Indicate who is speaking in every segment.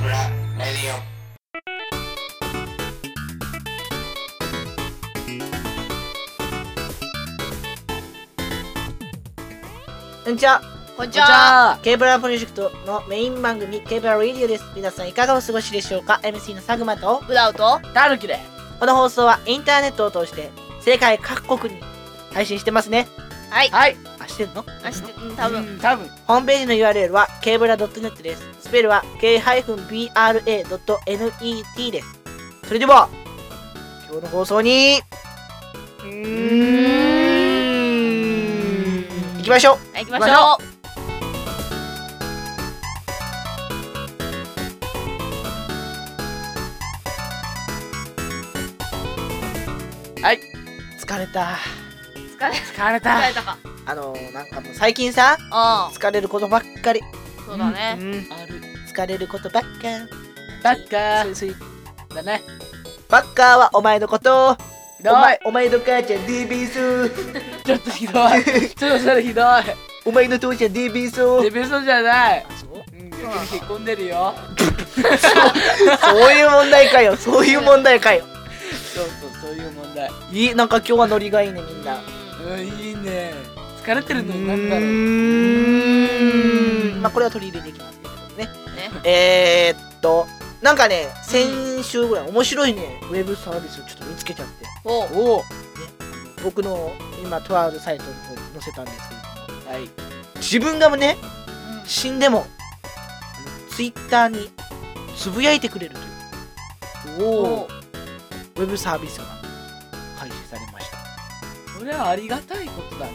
Speaker 1: ジオ
Speaker 2: こんにちは。
Speaker 3: こんにち
Speaker 4: じゃあ
Speaker 2: ケーブラプロジェクトのメイン番組、ケーブラレディオです。皆さんいかがお過ごしでしょうか ?MC のサグマと、
Speaker 3: ブダウト
Speaker 4: たぬきで
Speaker 2: この放送はインターネットを通して、世界各国に配信してますね。
Speaker 3: はい
Speaker 4: はい
Speaker 2: あ、してんの
Speaker 3: あしてうん多分
Speaker 4: うん多分
Speaker 2: ホームページの URL は、ケーブラ .net です。スペルは、k-bra.net です。それでは、今日の放送に、うーん、行きましょう
Speaker 3: はい行きましょ
Speaker 2: 疲れた。
Speaker 3: う疲れ
Speaker 4: 疲れ
Speaker 3: 疲
Speaker 4: た
Speaker 3: れたか
Speaker 2: あのー、なんかもう最近さ、
Speaker 3: あ
Speaker 2: 疲れることばっかり。
Speaker 3: あそうだね
Speaker 4: うんある
Speaker 2: 疲れることばっか
Speaker 4: ばっか
Speaker 2: そうそう
Speaker 4: だね
Speaker 2: バッカーはお前のことを
Speaker 4: ひ
Speaker 2: お
Speaker 4: ど
Speaker 2: 前お前の母ちゃん DBS
Speaker 4: いちょっとひどいちょっとそれひどい
Speaker 2: お前の父ちゃん DBS を
Speaker 4: デベソじゃない
Speaker 2: そう
Speaker 4: うん逆に結婚でるよ
Speaker 2: そういう問題かよそういう問題かよ
Speaker 4: そうそうそういう問題
Speaker 2: いいなんか今日はノリがいいねみんな
Speaker 4: うんいいね疲れてるのなんだ
Speaker 2: う
Speaker 4: ろう
Speaker 2: ーんまあこれは取り入れていきますけれどもね
Speaker 3: ね
Speaker 2: えー、っとなんかね先週ぐらい面白いねウェブサービスをちょっと見つけちゃって
Speaker 3: おう
Speaker 4: おお
Speaker 2: 僕の今とあるサイトの方に載せたんですけれども
Speaker 4: はい
Speaker 2: 自分がね
Speaker 3: うん
Speaker 2: 死んでもツイッターにつぶやいてくれるという
Speaker 4: お
Speaker 3: おう
Speaker 4: お
Speaker 2: ウェブサービスが開始されました
Speaker 4: それはありがたいことだね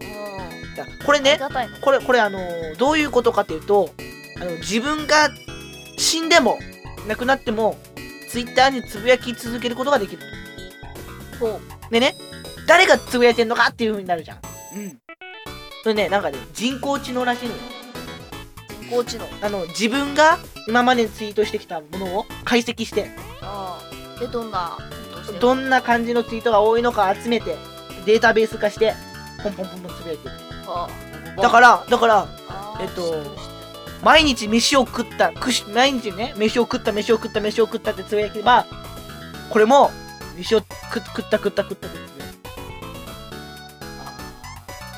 Speaker 3: うん
Speaker 2: だこれ
Speaker 3: あり
Speaker 2: ね
Speaker 3: がたいね
Speaker 2: これこれあのーどういうことかというとあの自分が死んでも亡くなってもツイッターにつぶやき続けることができる
Speaker 3: ほう
Speaker 2: でね誰がつぶやいてんのかっていう風になるじゃん
Speaker 4: うん
Speaker 2: それねなんかね人工知能らしいのよ
Speaker 3: 人工知能
Speaker 2: あの自分が今までツイートしてきたものを解析して
Speaker 3: ああでどんなどうしてる
Speaker 2: どんな感じのツイートが多いのか集めてデータベース化してポンポンポンポンつぶやいていく
Speaker 3: あ
Speaker 2: だからだから
Speaker 3: あああ
Speaker 2: えっと
Speaker 3: 知てる知て
Speaker 2: 毎日飯を食ったくし毎日ね飯を食った飯を食った飯を食ったってつぶやけばこれも飯を食食った食った食ったってつぶやく
Speaker 3: る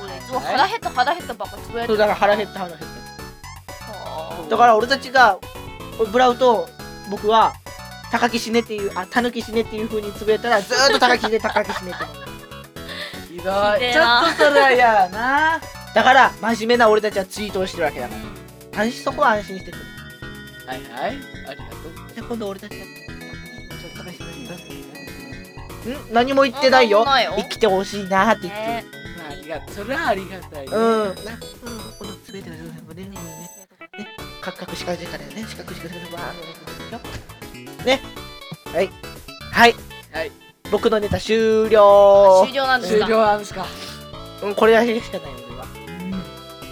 Speaker 3: 俺いつも腹減った腹減ったばっかつぶや
Speaker 2: そう
Speaker 3: いてる
Speaker 2: だから腹減った腹減っ
Speaker 3: あ
Speaker 2: ただから俺たちがブラウと僕は「高木死ね」っていうあ「たぬき死ね」っていう風につぶやいたらずーっと高木死ね高木死ね って思う
Speaker 4: ひどい
Speaker 3: ひでえ
Speaker 4: ちょっ
Speaker 3: な
Speaker 4: とそれは嫌だな
Speaker 2: だから真面目な俺たちはツイートをしてるわけだか
Speaker 3: あ
Speaker 2: ら安心そこは安心してくれ
Speaker 4: はいはいありがとう
Speaker 2: で今度俺たちがちょっと高木死ね高木死ねん何も言ってないよ
Speaker 3: 何もないよ
Speaker 2: 生きてほしいなーって言ってる
Speaker 3: ね
Speaker 4: まあありがそれはありがたいね
Speaker 2: うん。このすべての情報が出るのよね。カクカクしか出からね。四角しか出からわーね。はい。はい。
Speaker 4: はい。
Speaker 2: 僕のネタ終了。
Speaker 3: 終了なんです
Speaker 4: 終
Speaker 3: か
Speaker 4: 了なんですか
Speaker 2: うん、これだけしかない俺は。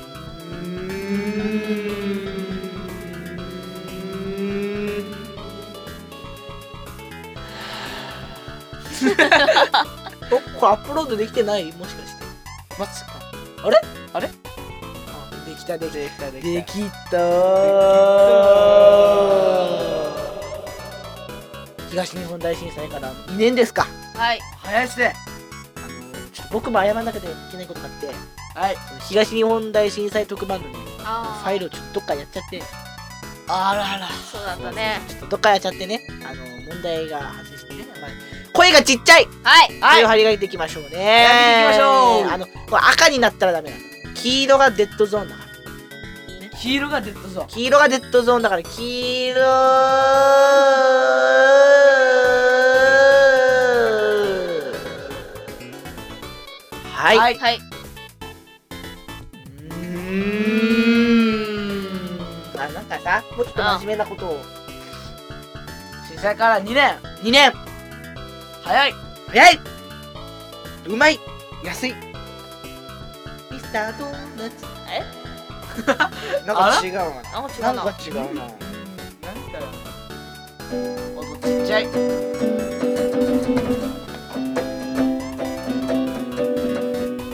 Speaker 2: お、これアップロードできてないもしかして。
Speaker 4: まさか
Speaker 2: できたできた。
Speaker 4: できたで
Speaker 2: で
Speaker 4: き
Speaker 2: きた東日本大震災から2年ですか
Speaker 3: はい
Speaker 4: た早いっすね
Speaker 2: あのーちょっと僕も謝らなきゃいけないことがあって
Speaker 4: はい
Speaker 2: その東日本大震災特番のね
Speaker 3: ああ
Speaker 2: ファイルをちょっとどっかやっちゃって
Speaker 4: あらら
Speaker 3: そうだったね
Speaker 2: ちょっとどっかやっちゃってねあのー問題が発生してね、まあ声がちっちゃい
Speaker 3: はい
Speaker 2: と
Speaker 3: はいいう
Speaker 2: 張りが出ていきましょうね
Speaker 4: やっていきましょう
Speaker 2: あのこれ赤になったらダメなの黄色がデッドゾーンだから
Speaker 4: 黄色がデッドゾーン
Speaker 2: 黄色がデッドゾーンだから黄色はい、
Speaker 4: はい
Speaker 3: はい
Speaker 2: あなんかさもうちょっと真面目なことを
Speaker 4: 震災から2年
Speaker 2: 2年
Speaker 4: 早い
Speaker 2: 早いうまい安いミスタードーナツ
Speaker 3: え
Speaker 2: なんか違うわ
Speaker 3: あもう違う
Speaker 2: な
Speaker 3: な
Speaker 2: なんか違うな
Speaker 4: なんか音ちっちゃい
Speaker 2: 「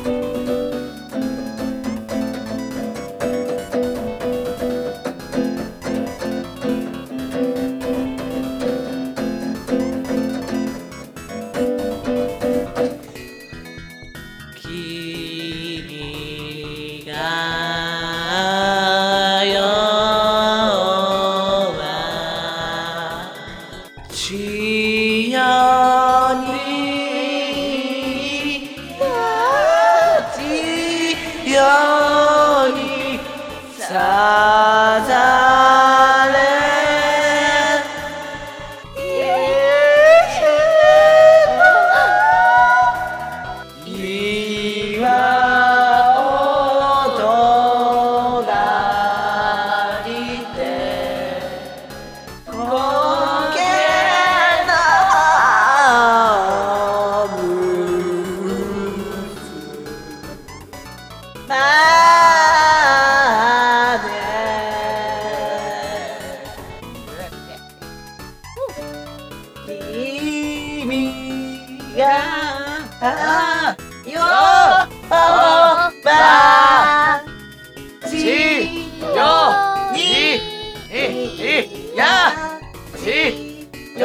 Speaker 2: 찾아낸 이와 오도나리 때 고개 나무 만에 이미가 요 엄마 지
Speaker 4: 여, 이, 이, 이, 야, 지, 여,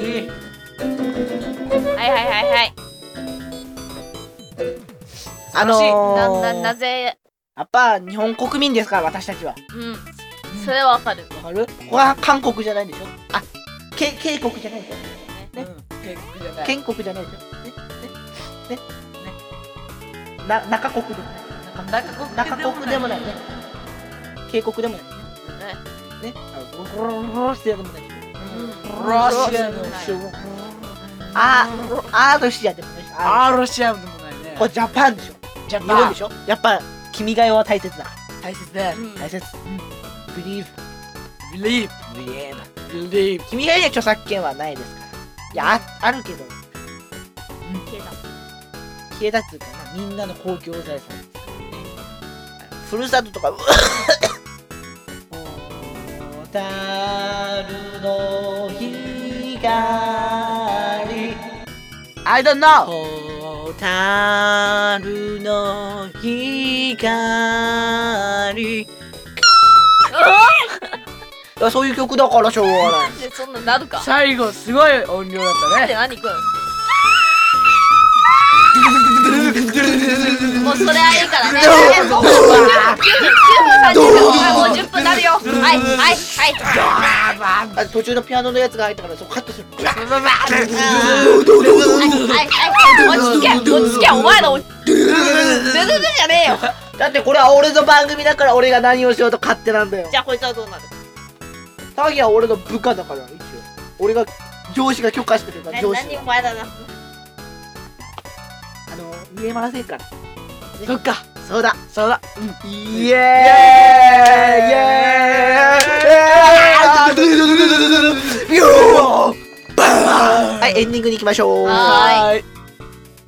Speaker 4: 이.
Speaker 3: 하이 하이 하이 하이.
Speaker 2: あ
Speaker 3: なんな
Speaker 2: の
Speaker 3: な
Speaker 2: ー、
Speaker 3: ぜ、
Speaker 2: やっぱ日本国民ですから私たちは
Speaker 3: うん、それはわかる。
Speaker 2: わかるここは韓国じゃないでしょあけ渓国じゃないでしょ 네.
Speaker 4: 응, 개구리 잖아.
Speaker 2: 建国じゃないでしょねねねな中国でもない中国でもないね渓谷でもないねあのゴロゴロゴロしてやるでもない
Speaker 4: 응. 러시아도 없이.
Speaker 2: あーあーロシアでもないしあ
Speaker 4: 아, 러시아도 문화네.
Speaker 2: ーこれジャパンでしょ日本でしょやっぱ君が代は大切だ
Speaker 4: 다이스네.
Speaker 3: うん
Speaker 2: 大切 Believe
Speaker 4: Believe,
Speaker 2: Believe
Speaker 4: believe.
Speaker 2: 君が代には著作権はないですからいやああるけど
Speaker 3: 消えた
Speaker 2: 消えたっつうかなみんなの公共財産ふるさととかうわっ「蛍の光」I don't know! 蛍の光いやそういう曲だからしょうがない
Speaker 3: でそんななるか。
Speaker 4: 사이고, 스고이 온
Speaker 3: って
Speaker 4: 요같다네.
Speaker 3: 何くんもうそれはいいからね。もう9分9分30秒もう10分なるよ。はいはいはい。
Speaker 2: あ途中のピアノのやつが入ったからそうカットする
Speaker 3: はいはい落ち着け落ち着けお前ら落ち着け。全然じゃねえよ。
Speaker 2: だってこれは俺の番組だから俺が何をしようと勝手なんだよ
Speaker 3: じゃあこいつはどうなる
Speaker 2: タギは俺の部下だから一応俺が上司が許可してくれた上司が
Speaker 3: お前だな。
Speaker 2: あの見えませんから
Speaker 4: 그니까,
Speaker 2: そうだ
Speaker 4: 서다.
Speaker 2: イエーイイエーイイエーイビューバーンはいエンディングに行きましょう
Speaker 3: はーい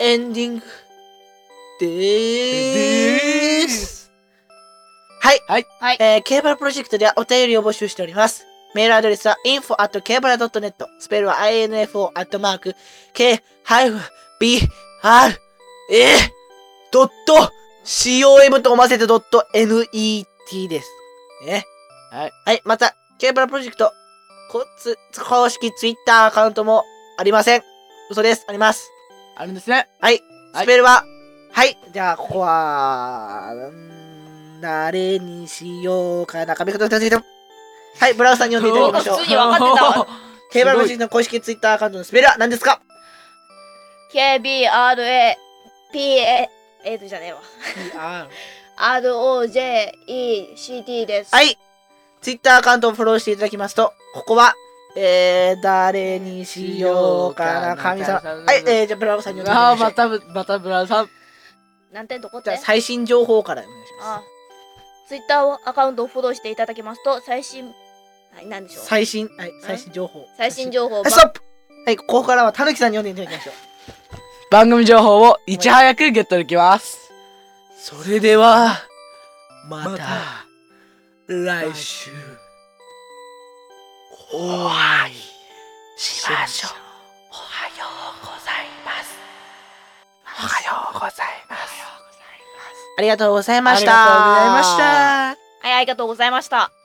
Speaker 2: エンディングでーすはい
Speaker 4: はい
Speaker 3: はい
Speaker 2: えー、ケーブラプロジェクトではお便りを募集しておりますメールアドレスは info at kbra.net スペルは info at mark k-bra.com と思わせて .net ですね
Speaker 4: はい
Speaker 2: はいまたケーブラプロジェクトこつ公式ツイッターアカウントもありません嘘ですあります
Speaker 4: 아는데스네.はい
Speaker 2: スペルは、はい、じゃあ、ここは、うん誰にしようかな。髪型出てはい、ブラウスさんに読んでいただきましょ
Speaker 3: 普
Speaker 2: う
Speaker 3: 通。に分かってたわ
Speaker 2: ケーブルマジックの公式ツイッターアカウントのスペルは何ですか
Speaker 3: KBRA、PA、えっとじゃねえわ。
Speaker 2: は
Speaker 3: ROJECT です。
Speaker 2: い、ツイッターアカウントをフォローしていただきますと、ここは、えー、誰にしようかな。神様。はい、えー、じゃあ、ブラウスさんに読んでいただ
Speaker 4: 아
Speaker 2: きましょう。
Speaker 4: 맞다 맞다 브라삼
Speaker 3: なんてどこっ
Speaker 2: じゃあ、
Speaker 3: て
Speaker 2: 最新情報からお願いしま
Speaker 3: あツイッターアカウントをフォローしていただきますと最新はいなんでしょ
Speaker 2: す。
Speaker 3: う
Speaker 2: 最新、はい、最新情報。
Speaker 3: 最新情報
Speaker 2: はい、ストップはい、ここからはたぬきさんに読んでいただきましょう。
Speaker 4: 방금 정보를 いち早く 겟取ります.
Speaker 2: それでは、また
Speaker 4: 맞다.来週
Speaker 2: お会いしましょう。おはようございます。おはようございます。ありがとうございました。
Speaker 4: ありがとうございました
Speaker 3: はいありがとうございました